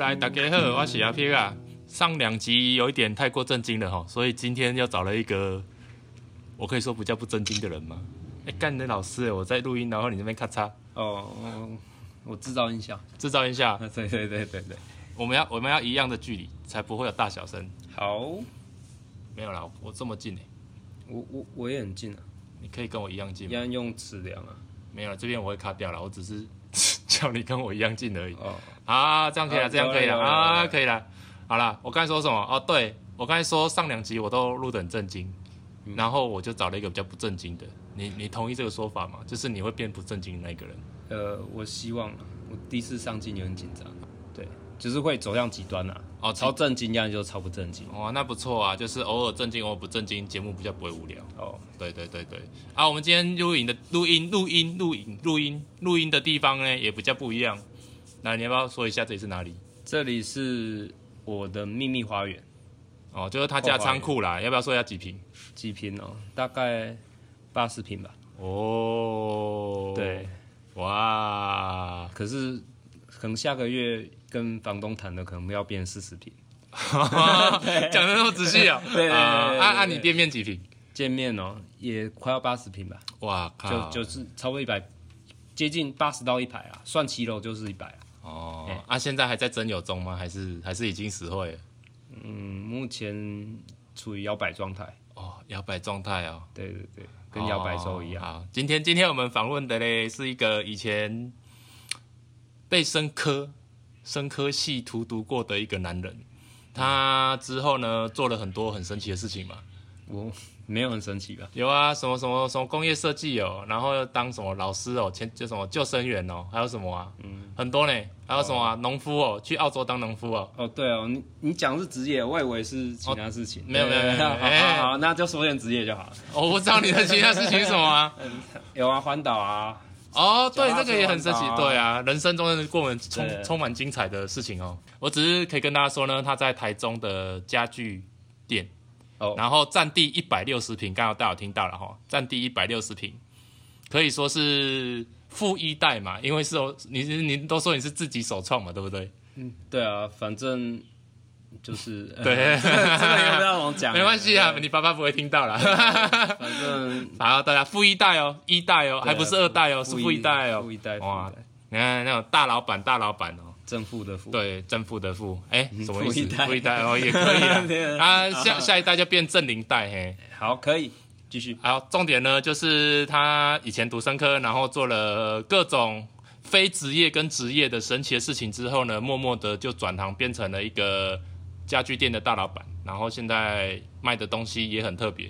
嗨，大家好，我是阿撇啊。上两集有一点太过震惊了哈，所以今天要找了一个，我可以说比较不震惊的人吗？哎、干你的老师，我在录音，然后你那边咔嚓哦，我制造音效。制造一下，啊， 对对对对对，我们要我们要一样的距离，才不会有大小声。好，我没有啦，我这么近哎、我我也很近啊，你可以跟我一样近一吗？样用尺量啊。没有啦，这边我会卡掉了，我只是 叫你跟我一样近而已。哦，啊，这样可以了，啊这样可以了有了有了有啊，了可以了。好了，我刚才说什么？哦，对我刚才说上两集我都录得很震惊，嗯然后我就找了一个比较不震惊的。你你同意这个说法吗？就是你会变不震惊的那个人。呃，我希望啊，我第一次上镜有点紧张，对，就是会走向极端啊。哦超正经，要就超不正经。哇，那不错啊，就是偶尔震惊，偶尔不震惊，节目比较不会无聊。哦，对对对对，啊，我们今天录影的录音录音录影录音录音的地方呢，也比较不一样。那你要不要说一下这里是哪里？这里是我的秘密花园，哦，就是他家仓库啦，要不要说一下几平？几平哦，大概八十平吧。哦，对，，哇，可是可能下个月跟房东谈的，可能要变四十平。 讲的那么仔细啊！ 对对对对啊对按对按你店面几平？见面哦，也快要八十平吧。哇靠！就就是差不多一百，接近八十到一百啊，算骑楼就是一百啊。哦，啊，现在还在真有中吗？还是还是已经实惠了？嗯，目前处于摇摆状态，哦，摇摆状态哦，对对对，跟摇摆州一样。哦好，今天今天我们访问的嘞是一个以前被生科生科系荼毒过的一个男人，他之后呢做了很多很神奇的事情嘛。我没有很神奇吧？有啊，什么什么什么工业设计哦，然后又当什么老师哦，前就什么救生员哦，还有什么啊，很多呢，还有什么啊，农、夫哦，去澳洲当农夫哦，哦，对哦，你你讲是职业，我以为是其他事情。哦没有没有对对没对有没有好哎好好，那就说点职业就好了。哦我不知道你的其他事情是什么啊，有啊，环岛啊，哦，对，这脚踏车个也很神奇环，岛啊对啊，人生中真的过门充对充满精彩的事情哦，我只是可以跟大家说呢，他在台中的家具店，哦然后占地一百六十平，刚好大家有听到了哈、占地一百六十平，可以说是富一代嘛，因为是哦，你你都说你是自己首创嘛，对不对？对啊，反正就是对呃这个 这个也不要往 讲，没关系啊，你爸爸不会听 到啦。反正好，大家富一代哦，一代哦，还不是二代哦，是富啊富一代哦富。一代，哇富一代你看那种大老板，大老板哦，正负的负，对，正负的负，哎，什么意嗯富一思？代富一代哦，也可以啦 对啊啊，下下一代就变正零代嘿。好，可以继续。好，重点呢就是他以前读生科，然后做了各种非职业跟职业的神奇的事情之后呢，默默的就转行变成了一个家具店的大老板，然后现在卖的东西也很特别，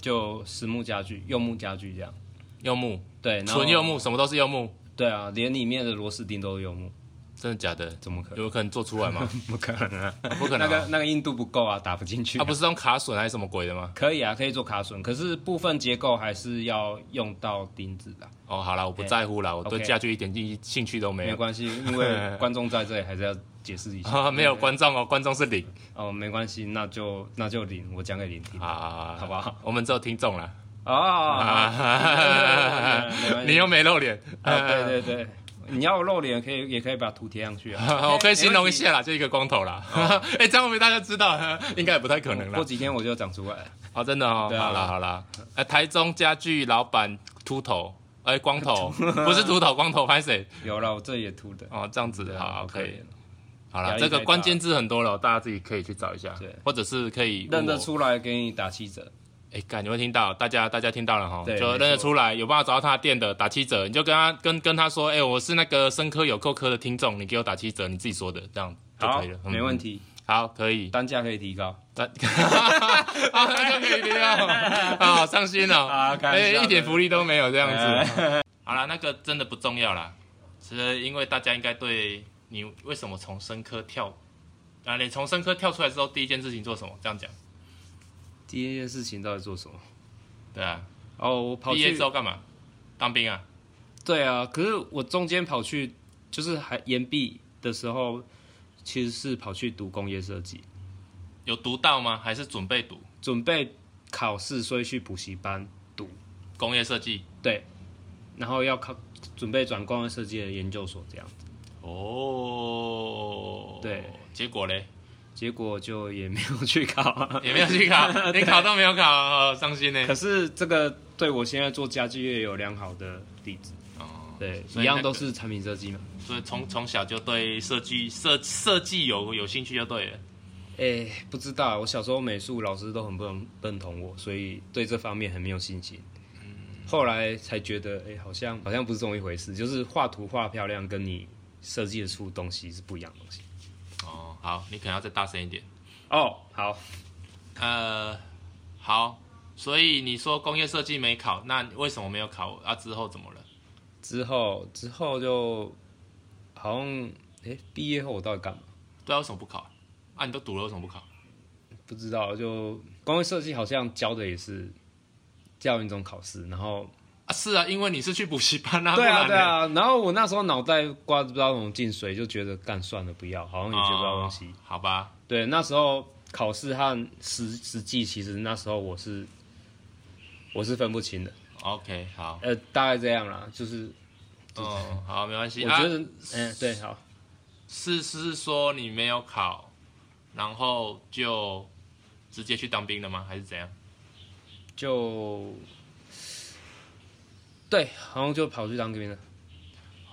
就实木家具、柚木家具这样。柚木、对，然后纯柚木，。什么都是柚木，对啊，连里面的螺丝钉都是柚木，真的假 的？怎么可能？有可能做出来 吗？不可能啊！不可能啊那个那个硬度不够啊，打不进去、啊，不是用卡榫还是什么鬼的吗？可以啊，可以做卡榫，可是部分结构还是要用到钉子的，啊哦，好了，我不在乎了，我对哎 OK 家具一点兴兴趣都没没有。关系，因为观众在这里还是要解释一下。啊， 没有观众哦，观众是零哦，没关系，那就那就零，我讲给零听。啊，好不好？我们只有听众啦。哦，啊没关，系你又没露 脸，啊对对对，你要露脸可以，也可以把图贴上 去啊。 我可以形容一下啦，就一个光头啦。 哎，这样我们大家知道， 应该也不太可能啦过。几天我就长出来了。哦，真的哦，对啊好啦好啦，呃，台中家具老板秃头，哎，光头， 不是秃头，光头拍谁？有了，我这也涂的。哦，这样子对，啊好，不可可以以。好压了，力这个太大关键字很多了，大家自己可以去找一下对，或者是可以问认得我。出来给你打七折。哎，感你会听到，大家大家听到了哈，对就没认得错出来，有办法找到他的店的打七折，你就跟他跟跟他说，哎，我是那个生科有扣科的听众，你给我打七折，你自己说的，这样就好可以了，，没问题。题，好，可 以，单价可以提高。那啊，那就可以聊啊，好伤心 哦，啊开玩笑哎一点福利都没有这样子哎。好了，那个真的不重要啦，其实因为大家应该对你为什么从生科跳，啊，你从生科跳出来之后，第一件事情做什么？这样讲，第一件事情到底做什么？对啊，哦，我跑毕业去之，后干嘛？当兵啊？对啊，可是我中间跑去，就是还研毕的时候，其实是跑去读工业设计，有读到吗？还是准备读准备考试，所以去补习班读，工业设计？对，然后要考，准备转工业设计的研究所这样。哦，对，结果嘞结果就也没有去考、 也没有去 考，连考都没有考，哦伤心呢可。是这个对我现在做家具业有良好的底子，哦，对，所一以那样都个是产品设计嘛。所以从从小就对设计设设计有有兴趣就对了。哎、不知道，我小时候美术老师都很不认认同我，所以对这方面很没有信心。嗯后来才觉得，哎、好像好像不是这么一回事，就是画图画漂亮，跟你设计得出东西是不一样的东西。哦，好，你可能要再大声一点。哦，好，呃，好，所以你说工业设计没考，那为什么没有考啊？之后怎么了？之后之后就好像，哎、毕业后我到底干嘛？对啊，为什么不考？啊，你都读了，为什么不考？不知道，就工业设计好像教的也是教那种考试，然后啊，是啊，因为你是去补习班啊，对啊，不对然呢，啊。然后我那时候脑袋瓜子不知道怎么进水，就觉得干算了，不要，好像也学不到东西。哦好吧，对，那时候考试和实实际，其实那时候我是我是分不清的。 OK，好， 呃，大概这样啦，就是嗯，好，没关系。我觉啊、得，嗯、对，好，是是说你没有考，然后就直接去当兵了吗？还是怎样？就对，好像就跑去当兵了。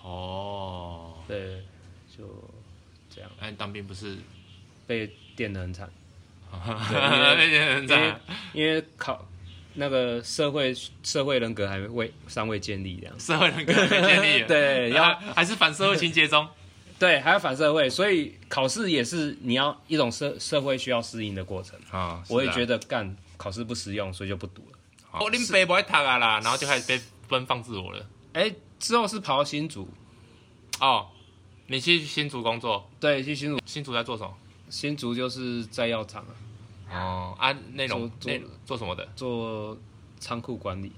哦，对，就这样那、你哎当兵不是？被电的很惨，很 因为惨，因为考那个社会社会人格还未尚未建立，这样。社会人格还没建立了， 对，要啊 还是反社会情节中。对，还有反社会，所以考试也是你要一种社社会需要适应的过程。啊，我也觉得，得干考试不实用，所以就不读了。我恁爸不爱读啊啦，然后就开始被奔放自我了。哎，之后是跑到新竹，哦，你去新竹工作，对，去新竹，新竹在做什么？新竹就是在药厂啊，哦，啊，内容做做内做什么的？做仓库管理。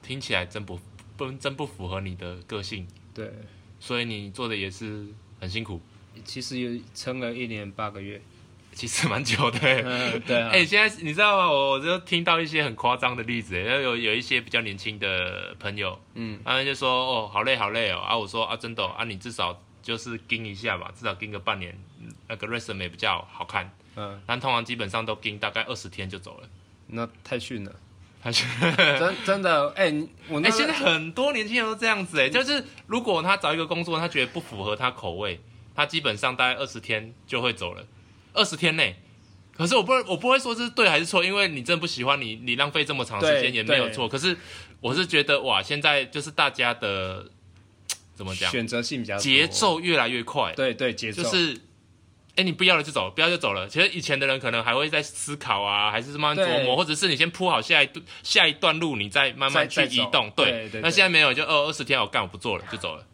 听起来真不不真不符合你的个性，对，所以你做的也是很辛苦，其实也撑了一年八个 月。其实蛮久的。嗯，对啊，哎、现在你知道吗？我就听到一些很夸张的例子，然后有有一些比较年轻的朋友，嗯，他们就说哦，好累好累哦，啊，我说啊，真的哦、啊，你至少就是盯一下吧，至少盯个半年，那个 resume 比较好看。嗯，但通常基本上都盯大概二十天就走了。那太逊了，他就真真的，哎，你我哎、那现在很多年轻人都这样子嗯哎、就是如果他找一个工作，他觉得不符合他口味，他基本上大概二十天就会走了，二十天内。可是我不我不会说这是对还是错，因为你真的不喜欢你，你浪费这么长时间对也没有错。可是我是觉得哇，现在就是大家的怎么讲，选择性比较多节，奏越来越快，对对，节奏就是，哎、你不要了就走，不要就走了。其实以前的人可能还会在思考啊，还是慢慢琢磨，对或者是你先铺好下一段下一段路，你再慢慢去再再移走动。对对对那现在没有，就哦，二十天我干我不做了，就走了。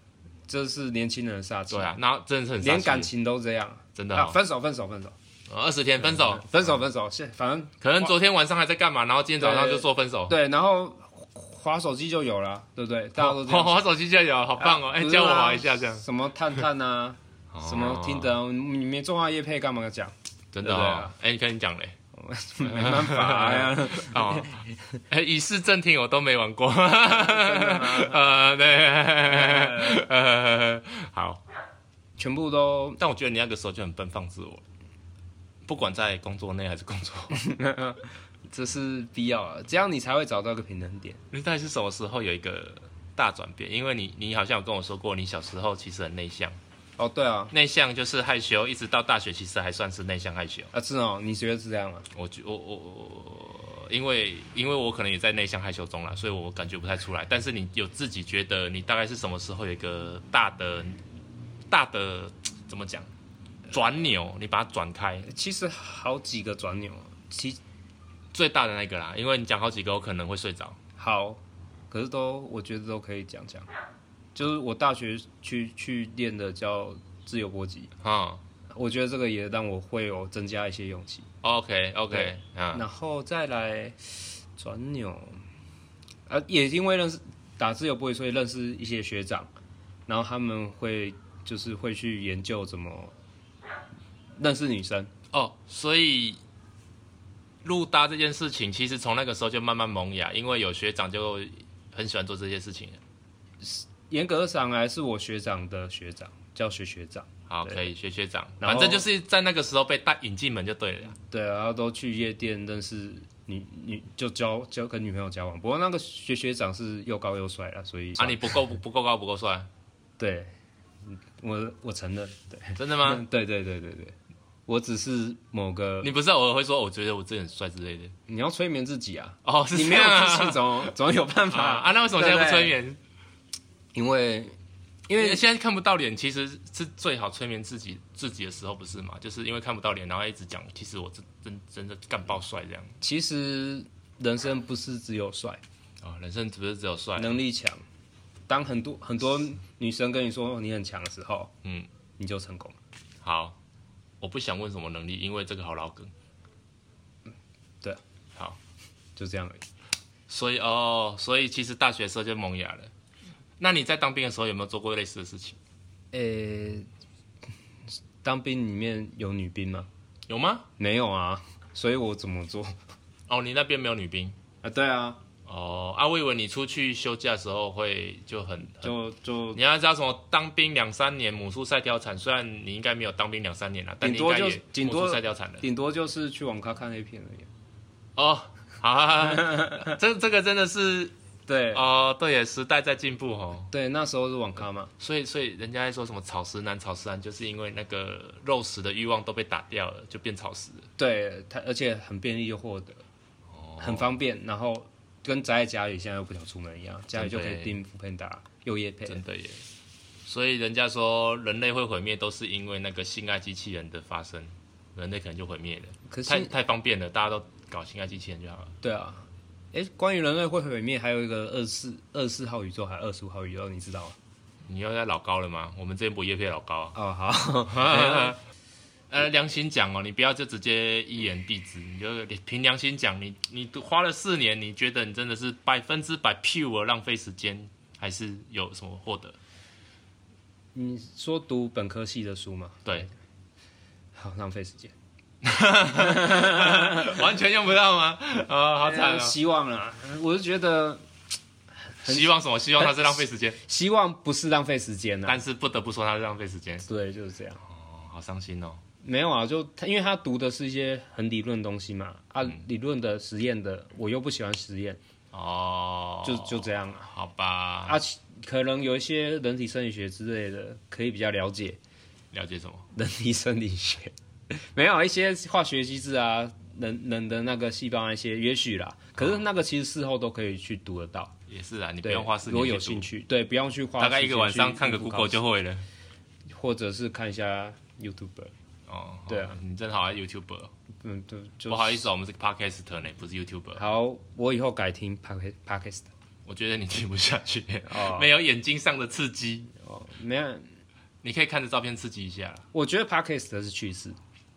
这是年轻人的杀气对，啊，那真的是很连伤感心，情都这样真的啊，哦。分手分手分手。二十天分手，分手分手，现反正可能昨天晚上还在干嘛，然后今天早上对就说分手。对，然后划手机就有了，对不对？大家都这滑样滑手机就有，好哦棒哦！哎、不是教我啊滑一下这样。哦什么探 探啊，什么听的，的，你没做话叶配干 嘛讲？真的对不对哦啊。哎、你跟你讲嘞。没办法呀， 哦，哎以示正听我都没玩过。的吗呃，对，呃，好。全部都 但我觉得你那个时候就很奔放自我了，不管在工作内还是工作， 这是必要啊，这样你才会找到一个平衡点。你到底是什么时候有一个大转变？因为你，你好像有跟我说过，你小时候其实很内向，哦，对啊，内向就是害羞，一直到大学其实还算是内向害羞。啊是哦，你觉得是这样吗？我觉我我我，因为因为我可能也在内向害羞中啦，所以我感觉不太出来。但是你有自己觉得你大概是什么时候有一个大的大的怎么讲转扭，你把它转开其实好几个转扭啊，其最大的那个啦，因为你讲好几个，我可能会睡着。好，可是都我觉得都可以讲讲，就是我大学去去练的叫自由搏击，嗯我觉得这个也让我会有增加一些勇气。 ，OK OK，对嗯，然后再来转扭，啊，也因为认识打字有不会，所以认识一些学长，然后他们会就是会去研究怎么认识女生。哦，所以路搭这件事情，其实从那个时候就慢慢萌芽，因为有学长就很喜欢做这些事情了。严格上来是我学长的学长，叫学学长。好，对可以学学长，然后反正就是在那个时候被带引进门就对了。对啊，然后都去夜店认识女女，就交交跟女朋友交往。不过那个学学长是又高又帅啦，所以啊，你不够不够高不够帅，对，嗯我我承认，对，真的吗？嗯对对对对对，我只是某个你不是偶尔会说我觉得我自己很帅之类的？你要催眠自己啊，哦， 是你这没有样自信啊。总总有办啊法啊，那为什么现在不催？眠？对不对因为因为现在看不到脸，其实是最好催眠自己自己的时候，不是嘛？就是因为看不到脸，然后一直讲，其实我真真真的干爆帅这样。其实人生不是只有帅，啊、人生不是只有帅，能力强。当很多很多女生跟你说你很强的时候，嗯，你就成功了。好，我不想问什么能力，因为这个好老梗。对啊，好，就这样而已。所以哦，所以其实大学的时候就萌芽了。那你在当兵的时候有没有做过类似的事情？呃、当兵里面有女兵吗？有吗？没有啊，所以我怎么做哦，你那边没有女兵啊？对啊，哦。啊，我以为你出去休假的时候会就很很。就就你要知道什么？当兵两三年，母猪赛貂蝉。虽然你应该没有当兵两三年了，但你顶应多该就也顶母多猪赛貂蝉了。顶多就是去网咖看 A 片而已。哦，好好好 好，这这个真的是对、哦，对耶，时代在进步哦。对，那时候是网咖嘛。所以，所以人家在说什么草食男、草食男，就是因为那个肉食的欲望都被打掉了，就变草食了。对，它而且很便利又获得，哦很方便，然后跟宅在家里现在又不想出门一样，家里就可真的以耶订福片达又夜配。真的耶。所以人家说人类会毁灭，都是因为那个性爱机器人的发生，人类可能就毁灭了。可太是太方便了，大家都搞性爱机器人就好了。对啊，哎，关于人类会毁灭，还有一个二四二四号宇宙，还二十五号宇宙，你知道吗？你又在老高了吗？我们之前不叶配老高啊。哦，好，呃，良心讲哦，你不要就直接一言蔽之，你就凭良心讲，你你花了四年，你觉得你真的是百分之百 pure 浪费时间，还是有什么获得？ 你说读本科系的书吗？对， 好浪费时间，完全用不到吗？啊、好惨呃哦！希望啦，我是觉得希望什么？希望它是浪费时间，希望不是浪费时间啦。但是不得不说它是浪费时间，对，就是这样。哦，好伤心哦。没有啊，就他，因为他读的是一些很理论的东西嘛，啊，嗯理论的、实验的，我又不喜欢实验，哦，就就这样啊。好吧。啊，其可能有一些人体生理学之类的，可以比较了解了解什么？人体生理学。 没有啊一些化学机制啊，人人的那个细胞那些，也许啦。可是那个其实事后都可以去读得到，也是啊，你不对，用花四如年果去有读兴，趣，对，不用去花大概一时个间晚上去看个读高 Google 级就会了。或者是看一下 YouTube。哦，对啊，你真好爱 YouTube，、r 嗯，对，就不好意思、哦，我们是 Podcast 呢，不是 YouTube。r 好，我以后改听 p o d c a s t 我觉得你听不下去， 哦没有眼睛上的刺激，哦，没有。你可以看着照片刺激一下啦。我觉得 podcast 是趋势，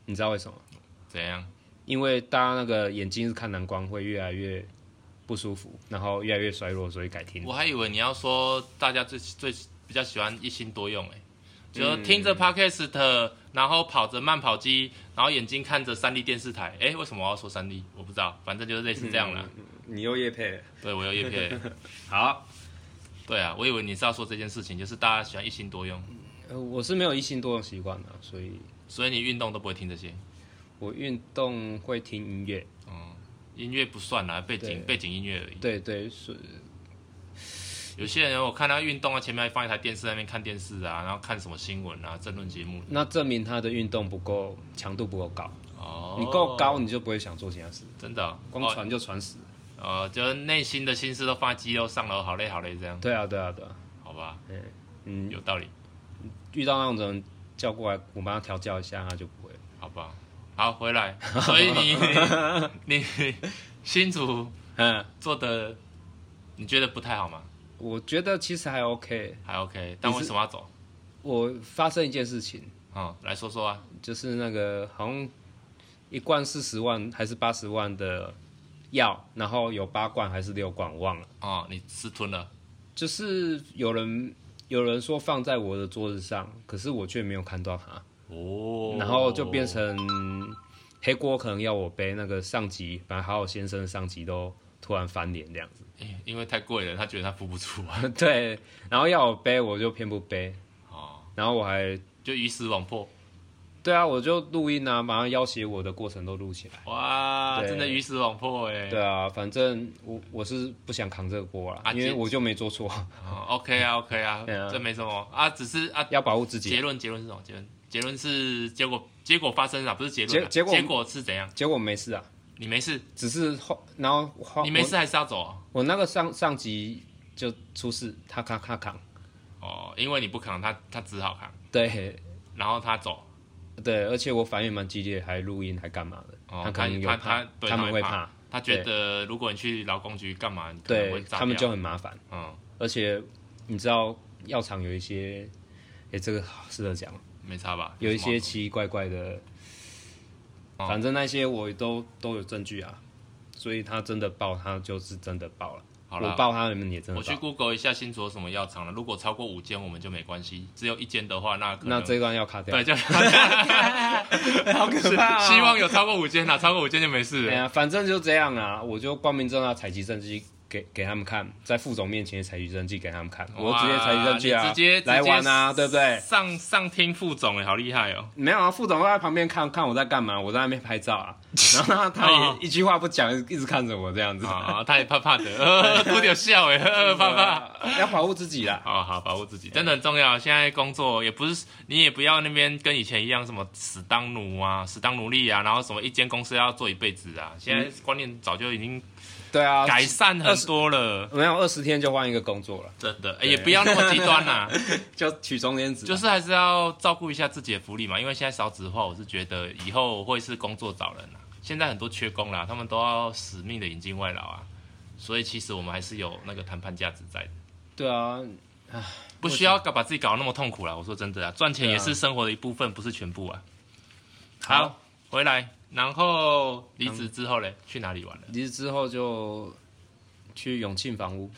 你知道为什么吗？怎样？因为大家那个眼睛是看蓝光会越来越不舒服，然后越来越衰弱，所以改听我。还以为你要说大家最最比较喜欢一心多用、欸，就是听着 podcast，然后跑着慢跑机，然后眼睛看着三 D 电视台。哎、为什么我要说三 D？我不知道，反正就是类似这样啦。嗯你又夜配了，对我有叶片。 好，对啊，我以为你是要说这件事情，就是大家喜欢一心多用，呃我是没有一心多用习惯的，啊所以所以你运动都不会听这些。我运动会听音乐，嗯，音乐不算啦，背景对背景音乐而已。对对是，有些人我看他运动啊，前面还放一台电视在那边看电视啊，然后看什么新闻啊、争论节目。那证明他的运动不够强度不够高，哦，你够高，你就不会想做其他事，真的哦、光哦传就传死了。呃，就是内心的心思都放在肌肉上了，好累好累这样，对啊对啊对啊，好吧，嗯，有道理，遇到那种人叫过来，我帮他调教一下，他就不会了。好吧，好回 来，所以你 你你新竹嗯，做的你觉得不太好吗？我觉得其实还 OK。还 OK，但你是为什么要走？我发生一件事情，嗯，来说说啊，就是那个好像一罐四十万还是八十万的药，然后有八罐还是六罐，我忘了。哦，你私吞了，就是有人有人说放在我的桌子上，可是我却没有看到它，哦然后就变成黑锅，可能要我背那个上级，把好好先生的上级都突然翻脸这样子。诶因为太贵了，他觉得他付不出啊， 对，然后要我背我就偏不背，哦，然后我还 就鱼死网破，对啊，我就录音啊，把他要挟我的过程都录起来。哇，对真的鱼死网破哎、对啊，反正我我是不想扛这个锅啦，啊因为这我就没做错，哦、，OK 啊，OK 啊，对啊这没什么啊，只是啊，要保护自己结。论结论是什么？结论结论是结果结果发生了，不是结论啊、结结果结果是怎样？结果没事啊，你没事，只是后然后后你没事还是要走啊、我，我那个上上级就出事，他扛他扛，哦，因为你不扛他，他只好扛，对然后他走，对，而且我反应蛮激烈，还录音还干嘛的，哦他可能有他怕他对他们他会会怕，他觉得如果你去劳工局干嘛，你可能会对炸掉他们就很麻烦，嗯，而且你知道药厂有一些，哎、这个好适合讲，没差吧？有一什么些奇奇怪怪的，哦反正那些我都都有证据啊，所以他真的爆，他就是真的爆了。好我了，爆他们也真的我去爆。 Google 一下新竹有什么药厂了。如果超过五间，我们就没关系；只有一间的话，那可能那这一段要卡 掉对，，就好可怕啊 希望有超过五间啦，超过五间就没事对了。啊，反正就这样啊，我就光明正大采集证据给给他们看，在副总面前采集证据给他们看，我直接采集证据哇啊，你直接直接来玩啊，对不对？上上听副总哎，好厉害 哦！没有啊，副总都在旁边看看我在干嘛，我在那边拍 照啊，然后他他哦也一句话不讲，一直看着我这样子， 啊，他也怕怕的，呃，多点笑 哎，呃怕怕。怕，要保护自己啦。好好保护自己，真的很重要。现在工作也不是你也不要那边跟以前一样什么死当奴啊、死当奴隶啊，然后什么一间公司要做一辈子啊。现在观念早就已经对啊，改善很多了，没有二十天就换一个工作了，真的、哎也不要那么极端啦、 就取中间值。就是还是要照顾一下自己的福利嘛。因为现在少子化，我是觉得以后会是工作找人啊。现在很多缺工啦，他们都要死命的引进外劳啊，所以其实我们还是有那个谈判价值在的。对啊，不需要搞把自己搞得那么痛苦啦。我说真的啊，赚钱对啊也是生活的一部分，不是全部啊。好好，回来，然后离职之后嘞，去哪里玩了？离职之后就去永庆房屋，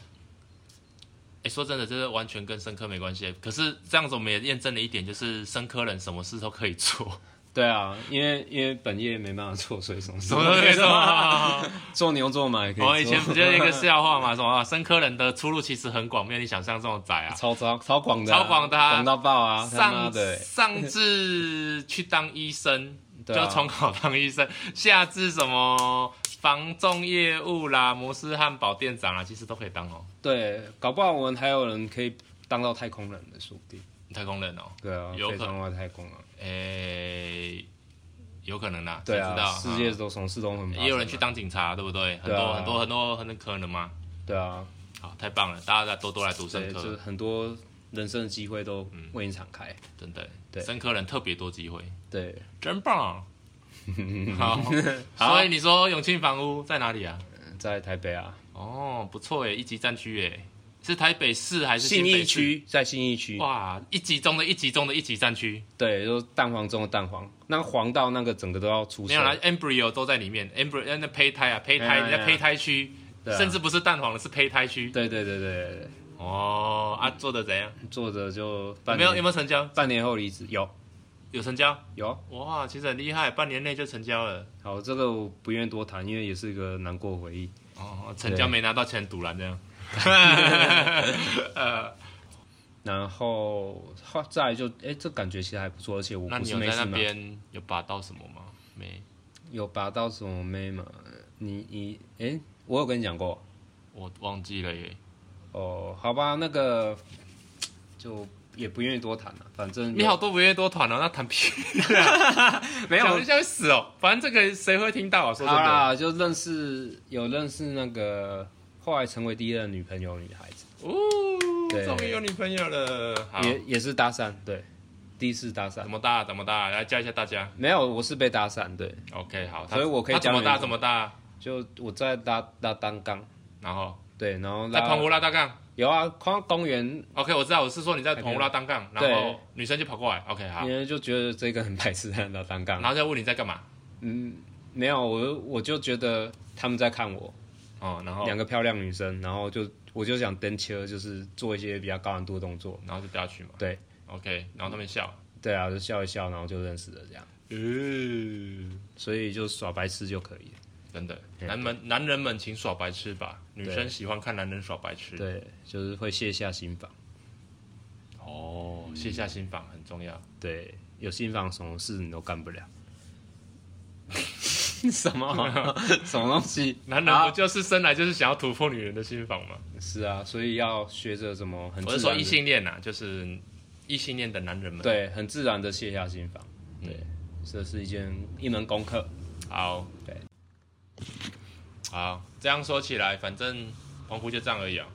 哎，说真的，这是完全跟生科没关系。可是这样子，我们也验证了一点，就是生科人什么事都可以做，对啊，因为因为本业没办法做，所以什么什么 都可以做。 啊做牛做马也可以做。哦我以前不就是一个笑话嘛，什么啊生科人的出路其实很广，没有你想象这么窄啊。 超超超广的啊、超广的啊广到爆啊！他妈上的，上至去当医生，对啊就重考当医生， 下至什么房仲业务啦、摩斯汉堡店长啦，其实都可以当哦，对，搞不好我们还有人可以当到太空人的，说不定。太空人哦，对啊，有可以可能当到太空啊。诶、有可能啦，对谁啊知道，世界都什么事都很。嗯也有人去。当警察，对不对？很对多、啊很多很多很多可能嘛。对啊，好，太棒了，大家多多来读生对，就科，是很多人生的机会都嗯为你敞开。真的，对生科人特别多机会，对，真 棒。好，所以你说永庆房屋在哪里啊？在台北啊，哦，不错诶，一级战区欸诶，是台北市还是新信北市义？区，在信义区。哇，一级中的一级中的一级战区，对，就是蛋黄中的蛋黄，那黄到那个整个都要出没售有。啦，embryo 都在里面，embryo 那胚胎啊，胚哎胎，呀人家胚胎区，对啊甚至不是蛋黄了，是胚胎区。对对对对哦，啊，做的怎样？对，作者就有半没有有年没有成交？半年后离职，有有成交，有。哇，其实很厉害，半年内就成交了。好，这个我不愿多谈，因为也是一个难过的回忆。哦，成交没拿到钱，堵拦这样。然后后再来就，哎、这感觉其实还不错，而且我那不你是有没在事那嘛，边有拔到什么吗？没，有拔到什么妹嘛？你你，哎、我有跟你讲过我忘记了耶。哦，好吧，那个就也不愿意多谈了、反正有你好多不愿多团哦，那谈屁。没有讲一下会死哦。反正这个谁会听到啊？说真好的，啦，就认识有认识那个后来成为第一任女朋友的女孩子，哦，对终于有女朋友了。好，也也是搭讪，对，第一次搭讪怎，么大？怎么大？来教一下大家。没有，我是被搭讪，对， OK，好。他所以我可以他怎么讲大？你怎么大？就我在拉拉单杠，然后对，然后在拉澎湖拉大杠。有啊，光公园， OK，我知道，我是说你在澎湖拉单杠，然对后女生就跑过来。OK，好别。人就觉得这个很白痴， 在拉单杠然，后再问你在干嘛？嗯，没有，我我就觉得他们在看我，哦，然后两个漂亮女生，然后就我就想蹬车，就是做一些比较高难度的动作，然后就不要去嘛。对。 OK，然后他们笑。对啊，就笑一笑，然后就认识了这样，嗯，所以就耍白痴就可以了。真的，对男们男人们请耍白痴吧，女对生喜欢看男人耍白痴。对，就是会卸下心防。哦，卸下心防很重要。对，有心房什么事你都干 不了。什 么什么东西？男人不就是生来就是想要突破女人的心防吗？是啊，所以要学着怎么很我自是说然地异性恋呐、啊，就是异性恋的男人们。，对，很自然的卸下心防。嗯对，这是一件一门功课。好，对，好，这样说起来，反正澎湖就这样而已啊。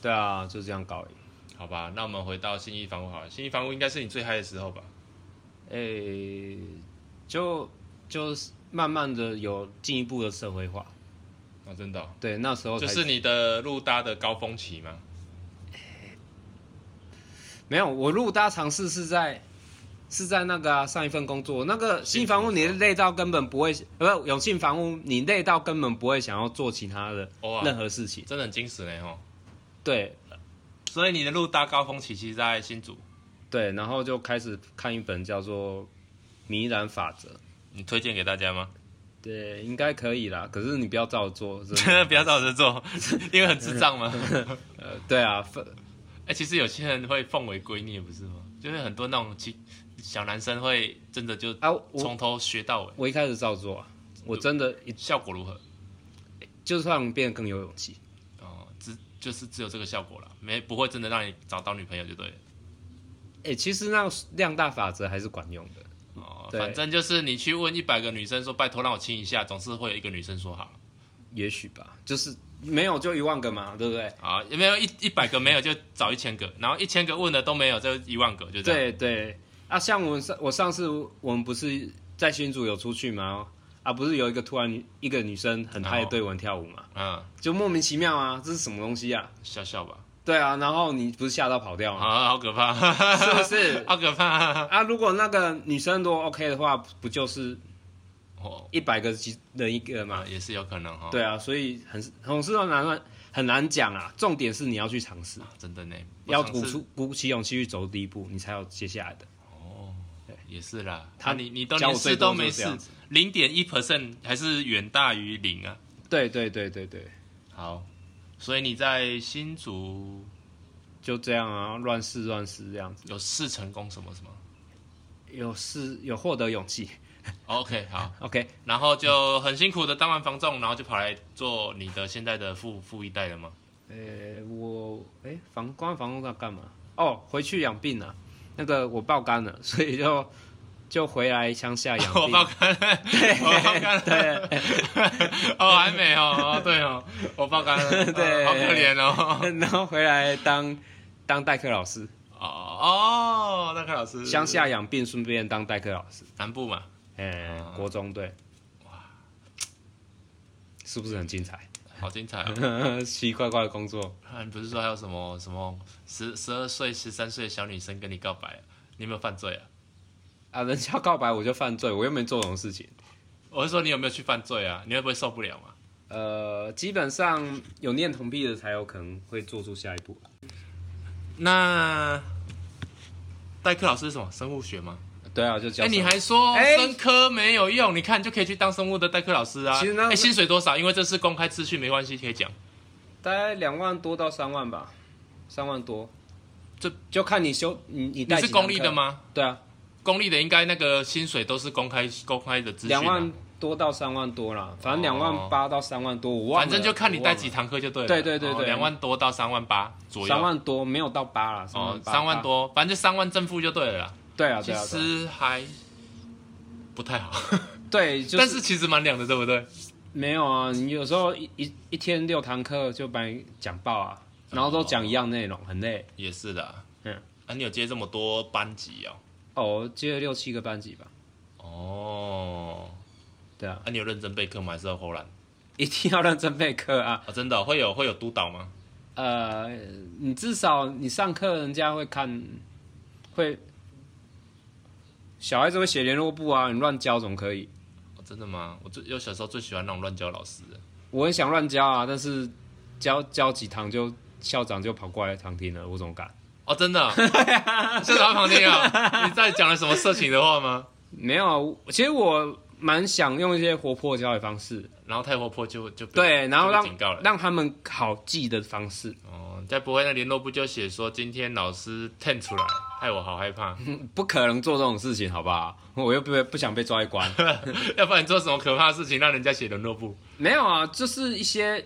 对啊，就这样搞而已。好吧，那我们回到信义房屋好了。信义房屋应该是你最嗨的时候吧？诶、就就是慢慢的有进一步的社会化。啊，真的哦、对，那时候才就是你的路搭的高峰期吗？没有我入搭尝试是在是在那个啊、上一份工作，那个新房屋你累到根本不会，呃，不永庆房屋你累到根本不会想要做其他的哇任何事情。真的很惊喜呢吼！对所以你的路搭高峰期其实在新竹，对，然后就开始看一本叫做《迷然法则》。你推荐给大家吗？对，应该可以啦。可是你不要照做，真 的。不要照着做，因为很智障 嘛。呃，对啊，分哎、其实有些人会奉为圭臬，不是吗？就是很多那种其小男生会真的就啊，我从头学到尾，我一开始照做啊，我真的一效果如何？就是让你变得更有勇气。哦，只就是只有这个效果了，没不会真的让你找到女朋友就对了。哎、其实那个量大法则还是管用的。哦，对反正就是你去问一百个女生说拜托让我亲一下，总是会有一个女生说好也许吧，就是没有就一万个嘛，对不对？啊，有没有一一百个没有就找一千个，然后一千个问的都没有，就一万个就这样。对对啊，像我们上我上次我们不是在新组有出去吗？啊，不是有一个突然女一个女生很嗨哦地对我们跳舞嘛，嗯，就莫名其妙啊，这是什么东西啊？笑笑吧，对啊，然后你不是吓到跑掉吗？啊，好可怕， 是？是不是好可怕。啊，如果那个女生如果 OK 的话，不就是哦，一百个其人一个嘛啊，？也是有可能哈。对啊，所以很很是很难很难讲啊。重点是你要去尝试，真的呢，要我尝鼓试出鼓起勇气去走第一步，你才有接下来的。也是啦，他他你你都教连我最试多都就没是这试样子，零点一 percent 还是远大于零啊。对对对对对，好，所以你在新竹就这样啊，乱试乱试这样子，有试成功什么什么有试有获得勇气。哦？OK，好， OK，然后就很辛苦的当完房仲，然后就跑来做你的现在的富富一代了吗？呃、我哎、房关房东在干嘛？哦，回去养病啊。那个我爆肝了， 所以就就回来乡下养 病。我爆肝，我爆肝了， 哦，还没哦，哦对哦，我爆肝了，哦 对好可怜哦， 然后回来当当代课老师，哦哦，那个老师，乡下养病，顺便当代课老师。南部嘛，哎、啊国中对，哇，是不是很精 彩？好精彩哦。奇奇怪怪的工作，啊，你不是说还有什么什么十十二岁、十三岁的小女生跟你告白、你有没有犯罪啊？啊，人家告白我就犯罪，我又没做什么事情。我是说你有没有去犯罪啊？你会不会受不了嘛？呃，基本上有念同币的才有可能会做出下一步。那代课老师是什么？生物学吗？对啊，就教哎、什么。你还说哎生科没有用？你看你就可以去当生物的代课老师啊。其实那哎、薪水多少？因为这是公开资讯，没关系，可以讲。大概两万多到三万吧，三万多。这就看你修你你你带是几堂公立的课？吗？对啊，公立的应该那个薪水都是公开公开的资讯、啊。两万多到三万多啦，反正两万八到三万多，我忘了哦反正就看你我忘带了几堂课就对了。哦对对对对两、万多到三万八左右。三万多没有到八啦，三哦万，八三万。多，反正就三万正负就对了啦。对啊，其对啊，对啊实还不太好，对，就但是其实蛮凉的，对不对？没有啊，你有时候一一一天六堂课就把你讲爆啊，然后都讲一样内容，很累。也是的，嗯，啊，你有接这么多班级哦？哦，我接了六七个班级吧。哦，对啊， 啊，你有认真备课吗？还是要偷懒？一定要认真备课啊。啊，真的哦、会有会有督导吗？呃，你至少你上课人家会看，会小孩子会写联络簿啊，你乱教总可以。哦真的吗？我最我小时候最喜欢那种乱教老师的，我很想乱教啊，但是教教几堂就校长就跑过来旁听了，我怎么敢？哦，真的哦， 校长旁听啊，你在讲了什么色情的话吗？没有，其实我蛮想用一些活泼的教学方式，然后太活泼就就被对，然后就被警让告了。让他们好记的方式，哦，再不会那联络部就写说今天老师 ten 出来，害我好害怕。不可能做这种事情，好不好？我又不不想被抓一关。 要不然你做什么可怕的事情让人家写联络部？ 没有啊，就是一些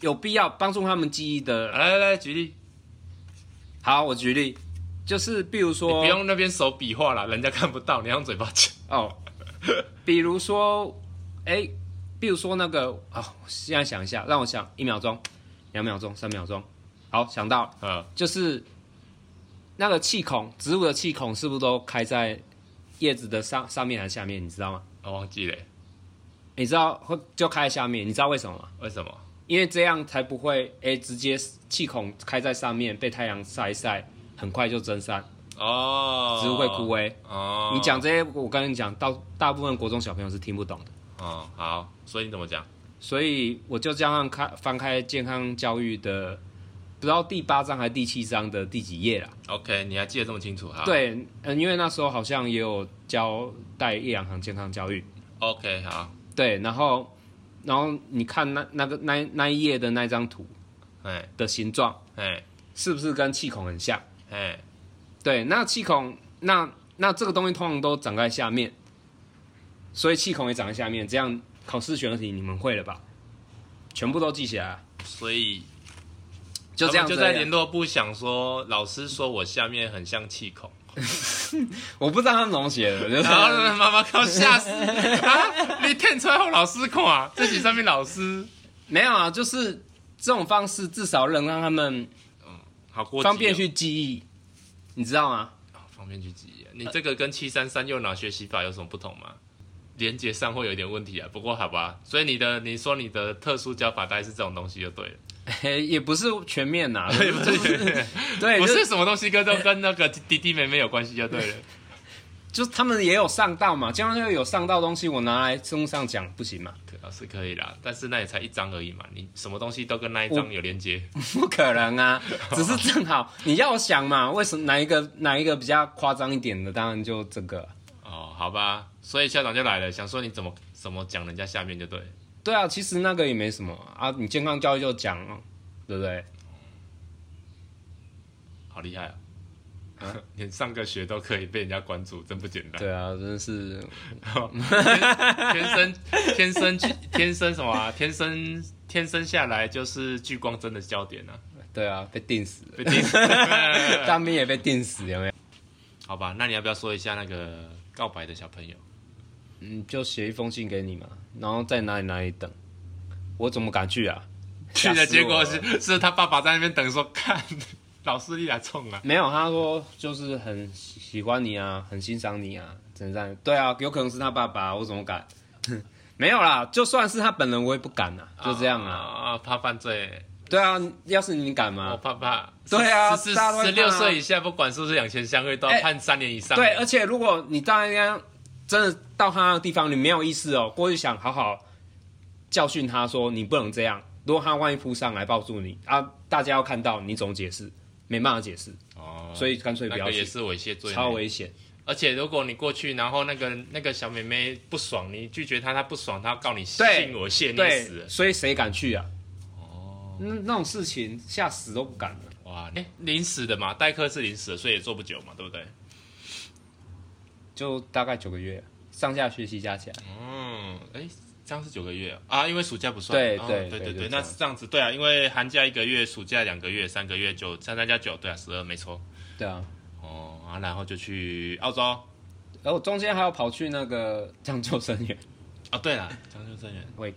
有必要帮助他们记忆的。来来来，举例，好，我举例，就是比如你说，不用那边手比划啦，人家看不到，你用嘴巴 讲。哦，比如说，哎、比如说那个啊、我现在想一下，让我想一秒钟、两秒钟、三秒钟。好，想到了呃，就是那个气孔，植物的气孔是不是都开在叶子的上上面还是下面？你知道吗？我忘记了，你知道会就开在下面，你知道为什么吗？为什么？因为这样才不会哎、直接气孔开在上面，被太阳晒一晒，很快就蒸散，哦，植物会枯萎。哦，你讲这些，我跟你讲，到大部分国中小朋友是听不懂的。哦，好，所以你怎么讲？所以我就这样开翻开健康教育的，不知道第八章还是第七章的第几页啦。 OK，你还记得这么清楚哈？对，嗯，因为那时候好像也有教带一两堂健康教育， ，OK，好，对，然后然后你看那那个那那一页的那张图哎的形状，哎是不是跟气孔很像？哎，对，那气孔那那这个东西通常都长在下面，所以气孔也长在下面，这样考试选择题你们会了吧？全部都记起来啊，所以就这样他子们而已啊。就在联络部想说，老师说我下面很像气 孔，我不知道他们怎么写 的，就是然后呢妈妈给我吓死啊！你天出来后老师看，啊这是上面老师，没有啊，就是这种方式至少能让他们好过激哦方便去记忆，你知道吗？ 方便去记。你这个跟七三三右脑学习法有什么不同吗？连接上会有一点问题啊，不过好吧。所以你的你说你的特殊教法大概是这种东西就对了，也不是全面 呐、就是对，不就是是什么东西跟都跟那个 弟弟妹妹有关系就对了。就是他们也有上到嘛，将来有上到东西，我拿来综上讲不行嘛？可老师可以啦，但啊是那也才一张而已嘛，你什么东西都跟那一张有连接。 不可能 啊，只是正好你要想嘛，为什么哪一个哪一个比较夸张一点的，当然就这个。哦，好吧，所以校长就来了，想说你怎么怎么讲人家下面就对了。对啊，其实那个也没什么啊，你健康教育就讲，对不对？好厉害、哦！ 连上个学都可以被人家关注，真不简单。对啊，真的是天生天生聚天生什么啊？天生天生下来就是聚光灯的焦点 啊！对啊，被定死了， 被盯当兵也被定死，有没有？好吧，那你要不要说一下那个告白的小朋友？嗯，就写一封信给你嘛，然后在哪里哪里等。我怎么敢去啊？去的吓死结我果了是是他爸爸在那边等说，看老师你来冲啊！没有，他说就是很喜欢你啊，很欣赏你啊，怎样？对啊，有可能是他爸爸，我怎么敢？ 没有啦，就算是他本人，我也不敢啊，就这样啊。啊，怕犯罪，对啊，要是你敢我吗？怕怕。对啊十大家都会十六怕啊岁以下，不管是不是两全相位，都要哎判三年以上。对，而且如果你到那边真的到他的地方，你没有意识哦，过去想好好教训他说你不能这样。如果他万一扑上来抱住你啊，大家要看到你怎么解释，没办法解释，哦，所以干脆不那要个也去，是猥亵罪名，超危险。而且如果你过去，然后那个那个小妹妹不爽，你拒绝她，她不爽，她要告你性对猥亵，你也对死了，所以谁敢去啊？哦，那那种事情吓死都不敢了。哇！哎，临时的嘛，代课是临时的，所以也做不久嘛，对不对？就大概九个月，上下学期加起来，嗯，哎，这样是九个月啊啊，因为暑假不算。对哦对对对就对，这那样是这样子，对啊，因为寒假一个月，暑假两个月，三个月九，三三加九，对啊，十二，没错。对啊。哦，啊，然后就去澳洲。哦，然后我中间还要跑去那个 抢救生员。哦对了，江秀生 源，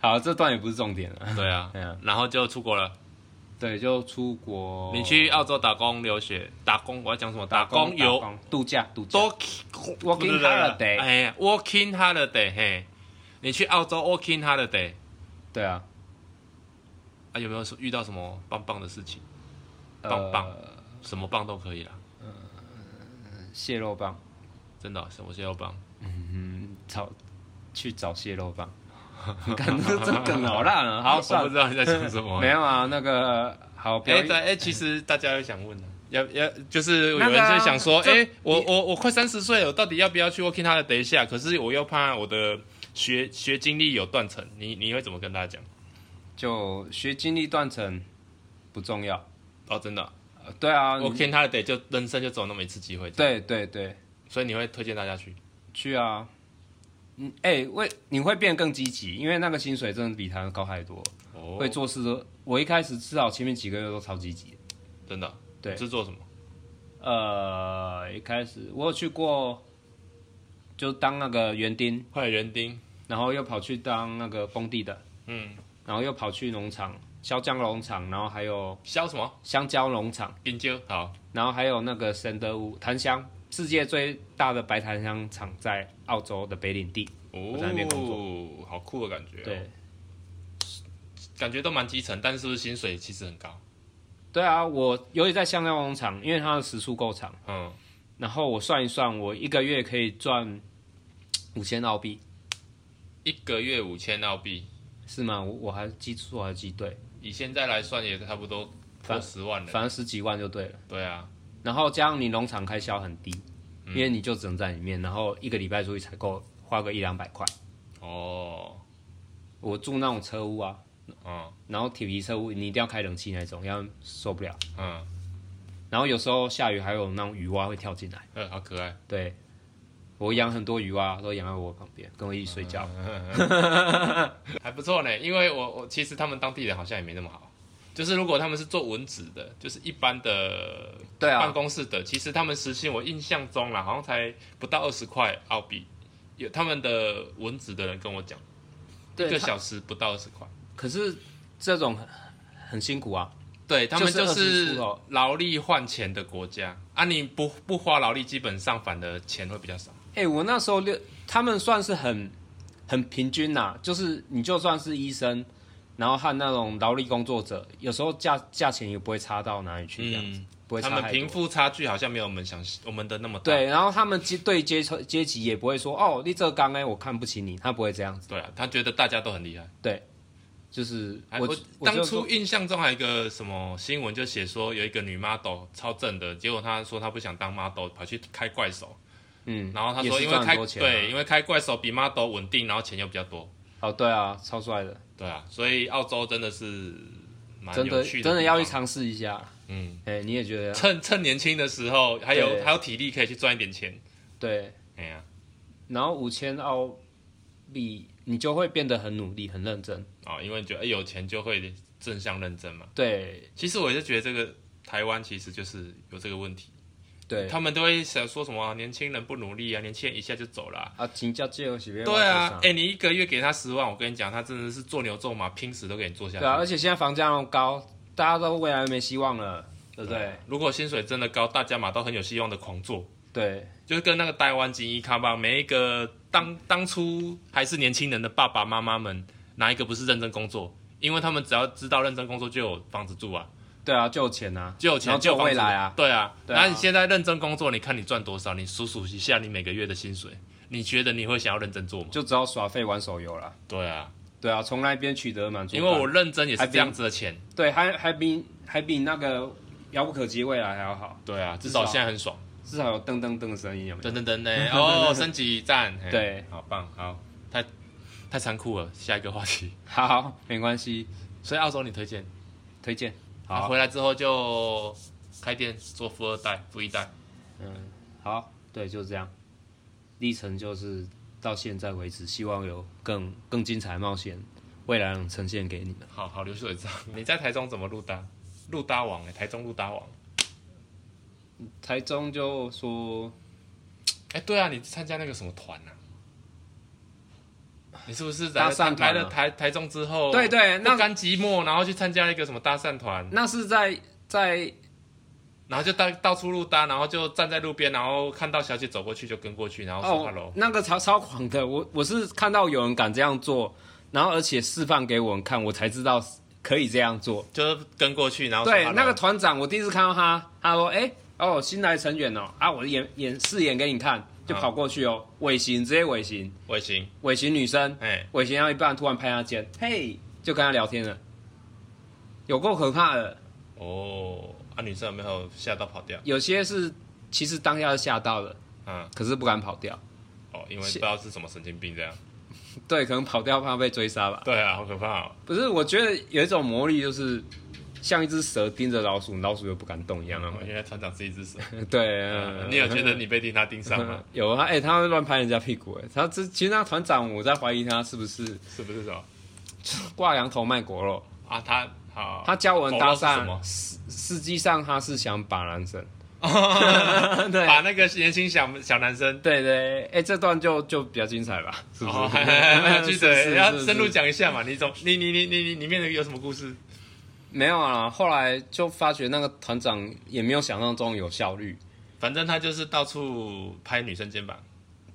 好，这段也不是重点了。对啊对啊，然后就出国了。对，就出国，你去澳洲打工留学，打工，我要讲什么？打工游哦打工度假度假，多 Working holiday 哎，working holiday，嘿，你去澳洲 working holiday 对啊，啊，有没有遇到什么棒棒的事情？呃棒棒，什么棒都可以啦，蟹肉棒，真的，啊什么蟹肉棒？嗯，找去找蟹 肉棒，你看这这梗好烂啊！好，我不算了，知道你在讲什么。啊没有啊，那个好，不哎，要对，哎，其实大家有想问的，要要就是有那人个在啊想说，这哎、我我我快三十岁了，我到底要不要去 working holiday 一下？可是我又怕我的学学经历有断层，你你会怎么跟大家讲？就学经历断层不重要。哦，真的啊、呃对啊 w o r k i n g holiday 就人生就只有那么一次机会，，对对对，所以你会推荐大家去。去啊。嗯，哎、为你会变得更积极，因为那个薪水真的比台湾高太多了。哦会做事都，我一开始至少前面几个月都超积极的。真的啊、对你是做什么？呃，一开始我有去过，就当那个园丁，坏园丁，然后又跑去当那个工地的，嗯，然后又跑去农场，椒江农场，然后还有削什么？香蕉农场，冰酒，好，然后还有那个神德屋檀香，世界最大的白檀香厂在澳洲的北领地。哦在那边工好酷的感觉、哦对，，感觉都蛮基层，但是是不是薪水其实很高？对啊，我尤其在香蕉农场，因为它的时速够长，嗯，然后我算一算，我一个月可以赚五千澳币，一个月五千澳币，是吗？我我还记错还是记对，以现在来算也差不多破反十万了。反正十几万就对了。对啊，然后加上你农场开销很低，因为你就只能在里面，然后一个礼拜出去采购花个一两百块。哦，我住那种车屋啊，嗯然后铁皮车屋，你一定要开冷气那种，要不然受不了。嗯，然后有时候下雨还有那种雨蛙会跳进来，呃，好可爱。对我养很多鱼蛙都养在我旁边，跟我一起睡觉。还不错呢，因为我我其实他们当地人好像也没那么好，就是如果他们是做文职的，就是一般的对办啊，公室的，其实他们时薪我印象中啦，好像才不到二十块澳币，有他们的文职的人跟我讲，一对个，小时不到二十块。可是这种很很辛苦啊。对他们就就是20是出头劳力换钱的国家啊，你不不花劳力，基本上反而钱会比较少。哎、我那时候六，他们算是很很平均呐、就是你就算是医生，然后和那种劳力工作者，有时候价价钱也不会差到哪里去，这样、嗯，不会差他太们多贫富差距好像没有我们想我们的那么大。对，然后他们阶对阶层阶级也不会说哦，你这刚哎，我看不起你，他不会这样子，对啊，他觉得大家都很厉害。就是哎我我我当就初说印象中还有一个什么新闻，就写说有一个女 model 超正的，结果她说她不想当 model，跑去开怪手。嗯，然后她也说是因为赚很开、多钱啊对，因为开怪手比 model 稳定，然后钱又比较多。哦对啊，超帅的，对啊，所以澳洲真的是蛮真有的趣真的的地要去方尝试一下，嗯，哎、你也觉得趁趁年轻的时候，还有对还有体力可以去赚一点钱。对，哎呀、然后五千澳币你就会变得很努力很认真，哦，因为你觉得哎有钱就会正向认真嘛。对其实我就觉得这个台湾其实就是有这个问题。对。他们都会想说什么、啊、年轻人不努力啊，年轻人一下就走了啊、啊，请假借我是要对啊，哎、我受伤你一个月给他十万，我跟你讲，他真的是做牛做马，拼死都给你做下去。对啊，而且现在房价那么高，大家都未来没希望了，对不对？如果薪水真的高，大家嘛都很有希望的狂做，对就是跟那个台湾精英看吧，每一个当当初还是年轻人的爸爸妈妈们，哪一个不是认真工作？因为他们只要知道认真工作就有房子住啊，对啊，就有钱啊，就有然钱后就有有房未子来啊。对啊，对啊那你现在认真工作，你看你赚多少？你数数一下你每个月的薪水，你觉得你会想要认真做吗？就只好耍废玩手游了。对啊，对啊，从那边取得满足因感，为我认真也还是比这样子的钱。对还还比还比那个遥不可及未来还要好，对啊，至至少少现在很爽。至少有噔噔噔的声音有没有？等等等呢？ 哦，升级站，嘿对，好棒，好，太太残酷了。下一个话题，好，没关系，所以澳洲你推荐，推荐。啊好，回来之后就开店做富二代、富一代，嗯，好，对，就这样，历程就是到现在为止，希望有更更精彩的冒险，未来能呈现给你们。好好流水账。 你在台中怎么入搭？入搭王哎、台中入搭王。台中就说哎、对啊，你参加那个什么团啊？你是不是搭来讪团来啊了台台中之后，对对那不甘寂寞，然后去参加了一个什么搭讪团，那是在在然后就到到处路搭，然后就站在路边，然后看到小姐走过去就跟过去，然后说 hello，、哦，那个超超狂的，我我是看到有人敢这样做，然后而且示范给我们看，我才知道可以这样做。就是跟过去，然后说对， hello 那个团长，我第一次看到他，他说：“哎、哦，新来成员哦，啊，我演演饰演给你看，就跑过去哦，尾行直接尾行，卫星，尾行女生，哎，尾行到一半突然拍他肩，嘿，就跟他聊天了，有够可怕的。哦，啊，女生有没有吓到跑掉？有些是其实当下是吓到了，嗯，可是不敢跑掉。哦，因为不是知道是什么神经病这样。对，可能跑掉怕被追杀吧。对啊，好可怕、哦。不是，我觉得有一种魔力，就是像一只蛇盯着老鼠，老鼠又不敢动一样啊。原来船长是一只 蛇。对，嗯 你有觉得你被盯他盯上吗？有啊，哎、他会乱拍人家屁股、哎，他这其实那团长，我在怀疑他是不是是不是什么挂羊头卖狗肉。啊？他好， 他教我们搭狗肉讪，哦是实实际上他是想把男 生。什么？对把那个年轻小小男生，对对，哎、这段就就比较精彩吧，是不是？ 哦，还还还记是是得要是深入是讲一下嘛？你总你你你你你里面的有什么故事？没有啊，后来就发觉那个团长也没有想象中有效率。反正他就是到处拍女生肩膀，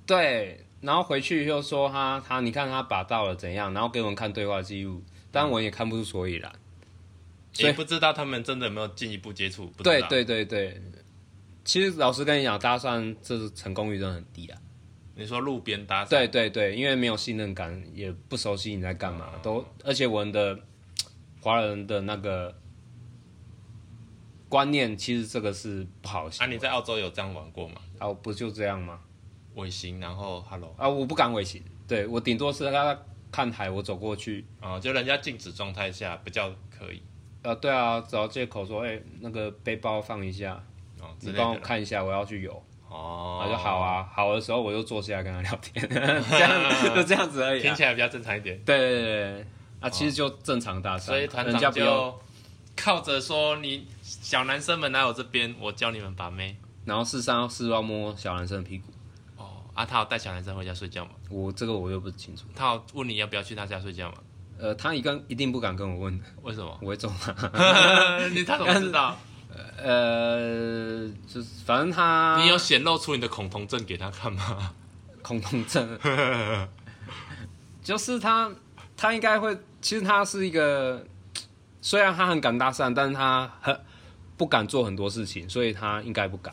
对，然后回去又说他他，你看他把到了怎样，然后给我们看对话记录，但我也看不出所以然。所以也不知道他们真的有没有进一步接触。不知对道，对对对，其实老实跟你讲，搭讪这是成功率真的很低啊。你说路边搭讪，对对对，因为没有信任感，也不熟悉你在干嘛，都而且我们的华人的那个观念，其实这个是不好的行啊，为。你在澳洲有这样玩过吗？啊，我不就这样吗？尾行，然后 hello，啊，我不敢违行，对我顶多是他看海，我走过去，啊、就人家静止状态下比较可以呃，对啊，找借口说，哎、那个背包放一下，哦之你类帮我的啦。看一下，我要去游。哦我，就好，啊，好的时候我就坐下来跟他聊 天，这样就这样子而已、听啊。起来比较正常一点。对对对对，啊，其实就正常搭讪，所以团嗯人家长不用，就靠着说你小男生们来我这边，我教你们把妹。然后事实上是要摸小男生的屁股，哦，啊，他有带小男生回家睡觉吗？我这个我又不清楚。他有问你要不要去他家睡觉吗？呃，他一跟一定不敢跟我问，为 什么？我会揍他。你他怎么知啊道？呃，就是反正他你有显露出你的恐同症给他看吗？恐同症，就是他，他应该会，其实他是一个，虽然他很敢搭讪，但是他很不敢做很多事情，所以他应该不敢。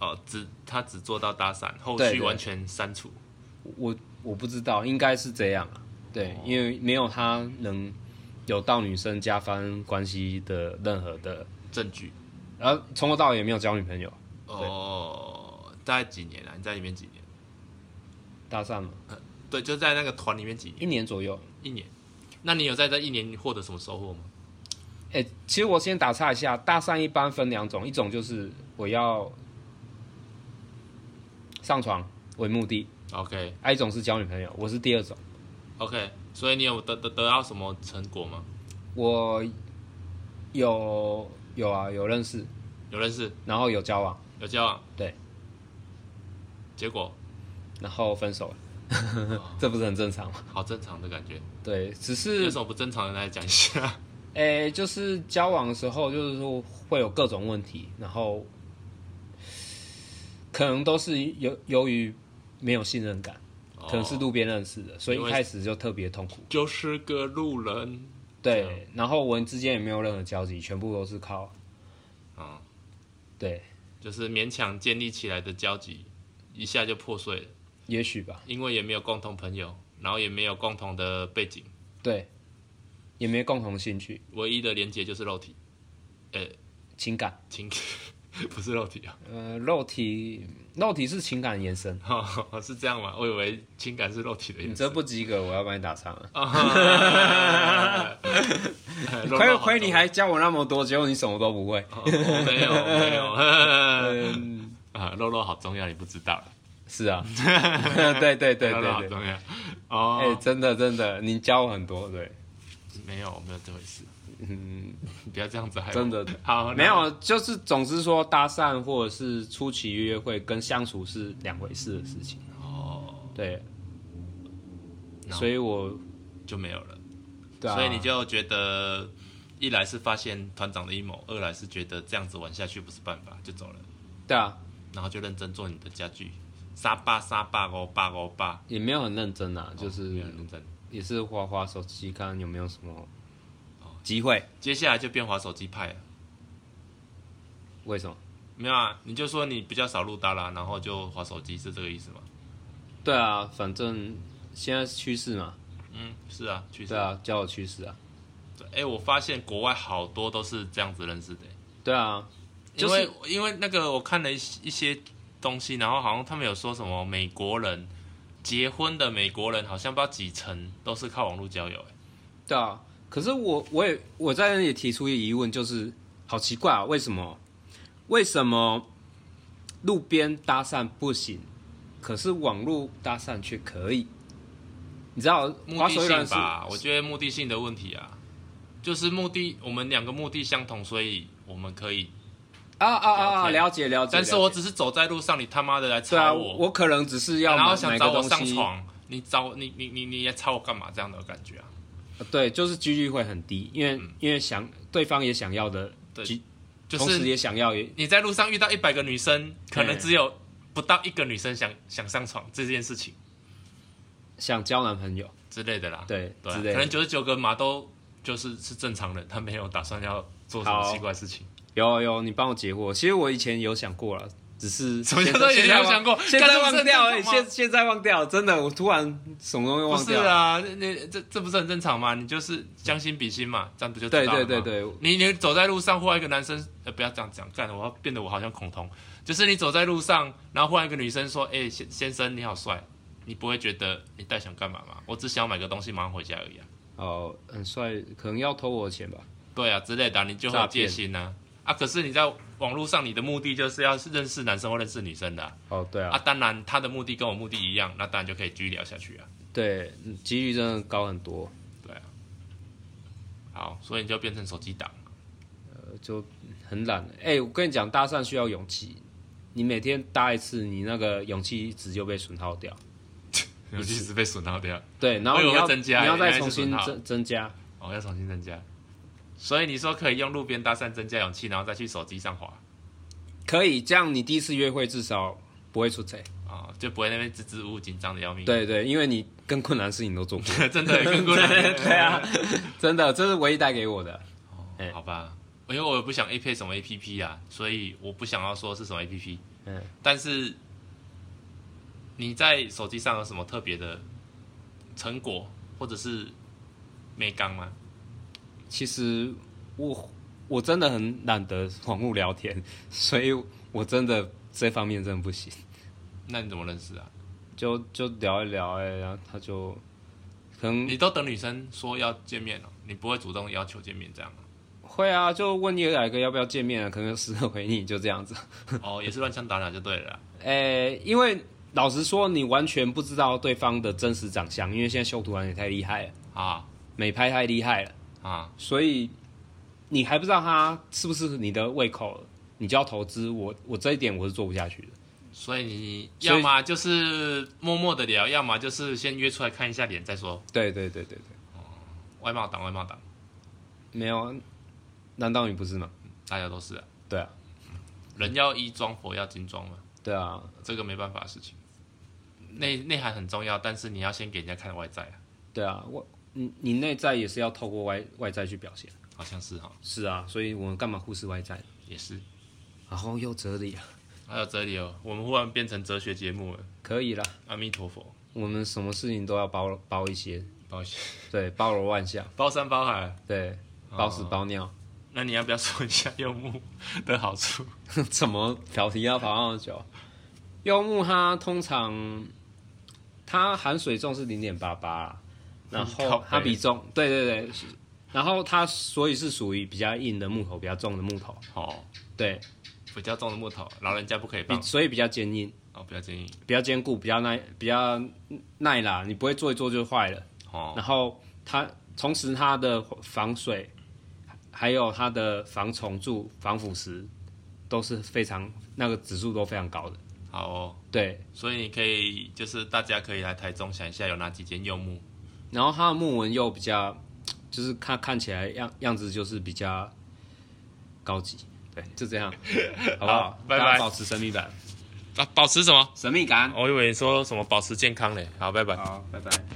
哦，只他只做到搭讪，后对续对完全删除。我我不知道，应该是这样啊。对，因为没有他能有到女生加分关系的任何的，证据。然后从头到尾也没有交女朋友，哦，大概几年了？你在里面几年？搭讪嘛，对，就在那个团里面几年，一年左右。一年。那你有在这一年获得什么收获吗？哎、其实我先打岔一下，搭讪一般分两种，一种就是我要上床为目的， OK 还、一种是交女朋友，我是第二种。 OK，所以你有得得得到什么成果吗？我有有啊，有认识，有认识，然后有交往，有交往，对，结果然后分手了， 这不是很正常吗？好正常的感觉，对，只有是什么不正常的来讲一下？诶、就是交往的时候，就是说会有各种问题，然后可能都是由由于没有信任感， 可能是哦路边认识的，所以因为一开始就特别痛苦。就是个路人，这对，然后我们之间也没有任何交集，全部都是靠哦啊、对，就是勉强建立起来的交集，一下就破碎了，也许吧，因为也没有共同朋友，然后也没有共同的背景，对，也没共同兴趣、唯一的连接就是肉体，情感，情 不是肉体啊、 呃，肉体，肉体是情感延伸。是这样吗？我以为情感是肉体的你延这伸。不及格，我要把你打伤 了。啊 肉亏肉好亏你重还教我那么多，结果你什么都不会。 哦我没有 我没有 嗯，啊，肉肉好重要，你不知道。是 啊，对对对对肉肉好对，重要。哎、哦，真的真的，你教我很多，对，没有，没有这回事，嗯，你不要这样子害我。真的好，没有，啊就是总之说搭讪或者是初期约会跟相处是两回事的事情。哦，对，然后所以我就没有了。对啊，所以你就觉得，一来是发现团长的阴谋，二来是觉得这样子玩下去不是办法，就走了，对啊，然后就认真做你的家具，沙巴沙巴欧巴欧巴，也没有很认真啊，就是哦没有认真。也是花花手机看有没有什么哦机会。接下来就变滑手机派了。为什么？没有啊，你就说你比较少录搭啦，然后就滑手机，是这个意思吗？对啊，反正现在是趋势嘛，嗯，是啊，去对啊，交友趋势啊，哎、我发现国外好多都是这样子认识的、对啊，就因是为因为那个我看了一些一些东西，然后好像他们有说什么美国人结婚的美国人好像不知道几成都是靠网络交友、欸对啊，可是我我也我在那里提出一个疑问，就是好奇怪啊，为什么为什么路边搭讪不行，可是网络搭讪却可以？你知道目滑的手性软是啊吧，我觉得目的性的问题啊，就是目的，我们两个目的相同，所以我们可以。啊啊啊啊，聊了解了解。但是我了解只是走在路上，你他妈的来对啊，吵我我可能只是要然后买想买找个我东上西，床，你找你你你你来吵我干嘛？这样的感觉啊，对，就是几率会很低，因为、因为想对方也想要的，嗯对几就同时是也想要也你在路上遇到一百个女生，可能嗯只有不到一个女生想想上床这件事情想交男朋友，之类的啦。对对啊，之类可的能。九十九个马都就是是正常人，他没有打算要做什么好奇怪的事情。有有，你帮我解惑。其实我以前有想过了，只 是什么叫现做在以前有想过现在干这不是忘掉很了，正常吗现现在忘掉了，真的，我突然什么东西不忘是掉了。啊，那那这这不是很正常吗？你就是将心比心嘛，这样不就知道对了吗对对。对，你你走在路上，忽然一个男生，呃，不要这样讲，干，我要变得我好像恐同。就是你走在路上，然后忽然一个女生说：“哎、先先生你好帅。”你不会觉得你到底想干嘛吗？我只想买个东西，马上回家而已啊。哦，很帅，可能要偷我的钱吧？对啊，之类的啊、你就会有诈戒骗心啊。啊，可是你在网络上，你的目的就是要认识男生或认识女生的啊。哦，对啊啊，当然他的目的跟我目的一样，那当然就可以继续聊下去啊。对，嗯几率真的高很多，好，所以你就变成手机党。呃就很懒。哎、我跟你讲，搭讪需要勇气，你每天搭一次，你那个勇气值就被损耗掉。尤其是被损耗掉，对，然后我以为你要哎会增加你要原来再是重新损耗增增加。哦，要重新增加。所以你说可以用路边搭讪增加勇气，然后再去手机上滑可以，这样你第一次约会至少不会出错。啊、就不会那边支支吾吾、紧张的要命。，对对，因为你更困难的事情都 做过。 真的更过来。 对啊，真的，这是唯一带给我的。哦好吧，因为我也不想 A P 什么 A P P 啊，所以我不想要说是什么 A P P。嗯，但是你在手机上有什么特别的成果，或者是美感吗？其实我我真的很懒得网络聊天， 所以我真的这方面真的不行。那你怎么认识啊？就就聊一聊哎、然后他就可能你都等女生说要见面了、你不会主动要求见面 这样啊、会啊，就问你哪个要不要见面啊，可能十个回你就这样子。 哦，也是乱枪打鸟就对了啊、哎、因为老实说，你完全不知道对方的真实长相，因为现在修图案也太厉害了，啊美拍太厉害了。啊，所以你还不知道他是不是你的胃口，你就要投资。我我这一点我是做不下去的。所以你所以要么就是默默的聊，要么就是先约出来看一下脸再说。对对对对对，外貌党，外貌党，没有啊，难道你不是吗？大家都是、啊。对啊，人要衣装，佛要金装嘛，对啊，这个没办法的事情。内内涵很重要，但是你要先给人家看外在啊，对啊，我你你内在也是要透过外外在去表现。好像是哈，是啊，所以我们干嘛忽视外在？也是。然后又哲理啊，还有这里哦，我们忽然变成哲学节目了，可以啦，阿弥陀佛，我们什么事情都要包包一些，包对，包罗万象，包山包海。对，包屎包尿。那你要不要说一下柚木的好处？ 怎么表题要跑那么久？柚木它通常它含水重是零点八八，啊然靠后北它比重对对对，是然后它所以是属于比较硬的木头，比较重的木头，哦，对，比较重的木头，老人家不可以比放所以比较坚硬，哦，不要建议比较坚固，比较耐，比较耐啦，你不会做一做就坏了。哦。然后它同时它的防水，还有它的防虫蛀、防腐蚀都是非常那个指数都非常高的，好哦，对。所以你可以就是大家可以来台中想一下有哪几间柚木然后它的木纹又比较，就是看看起来样样子就是比较高级，对，就这样，好不好？拜拜大家保持神秘感，啊，保持什么？神秘感。我以为你说什么保持健康嘞。好，拜拜。好，拜拜。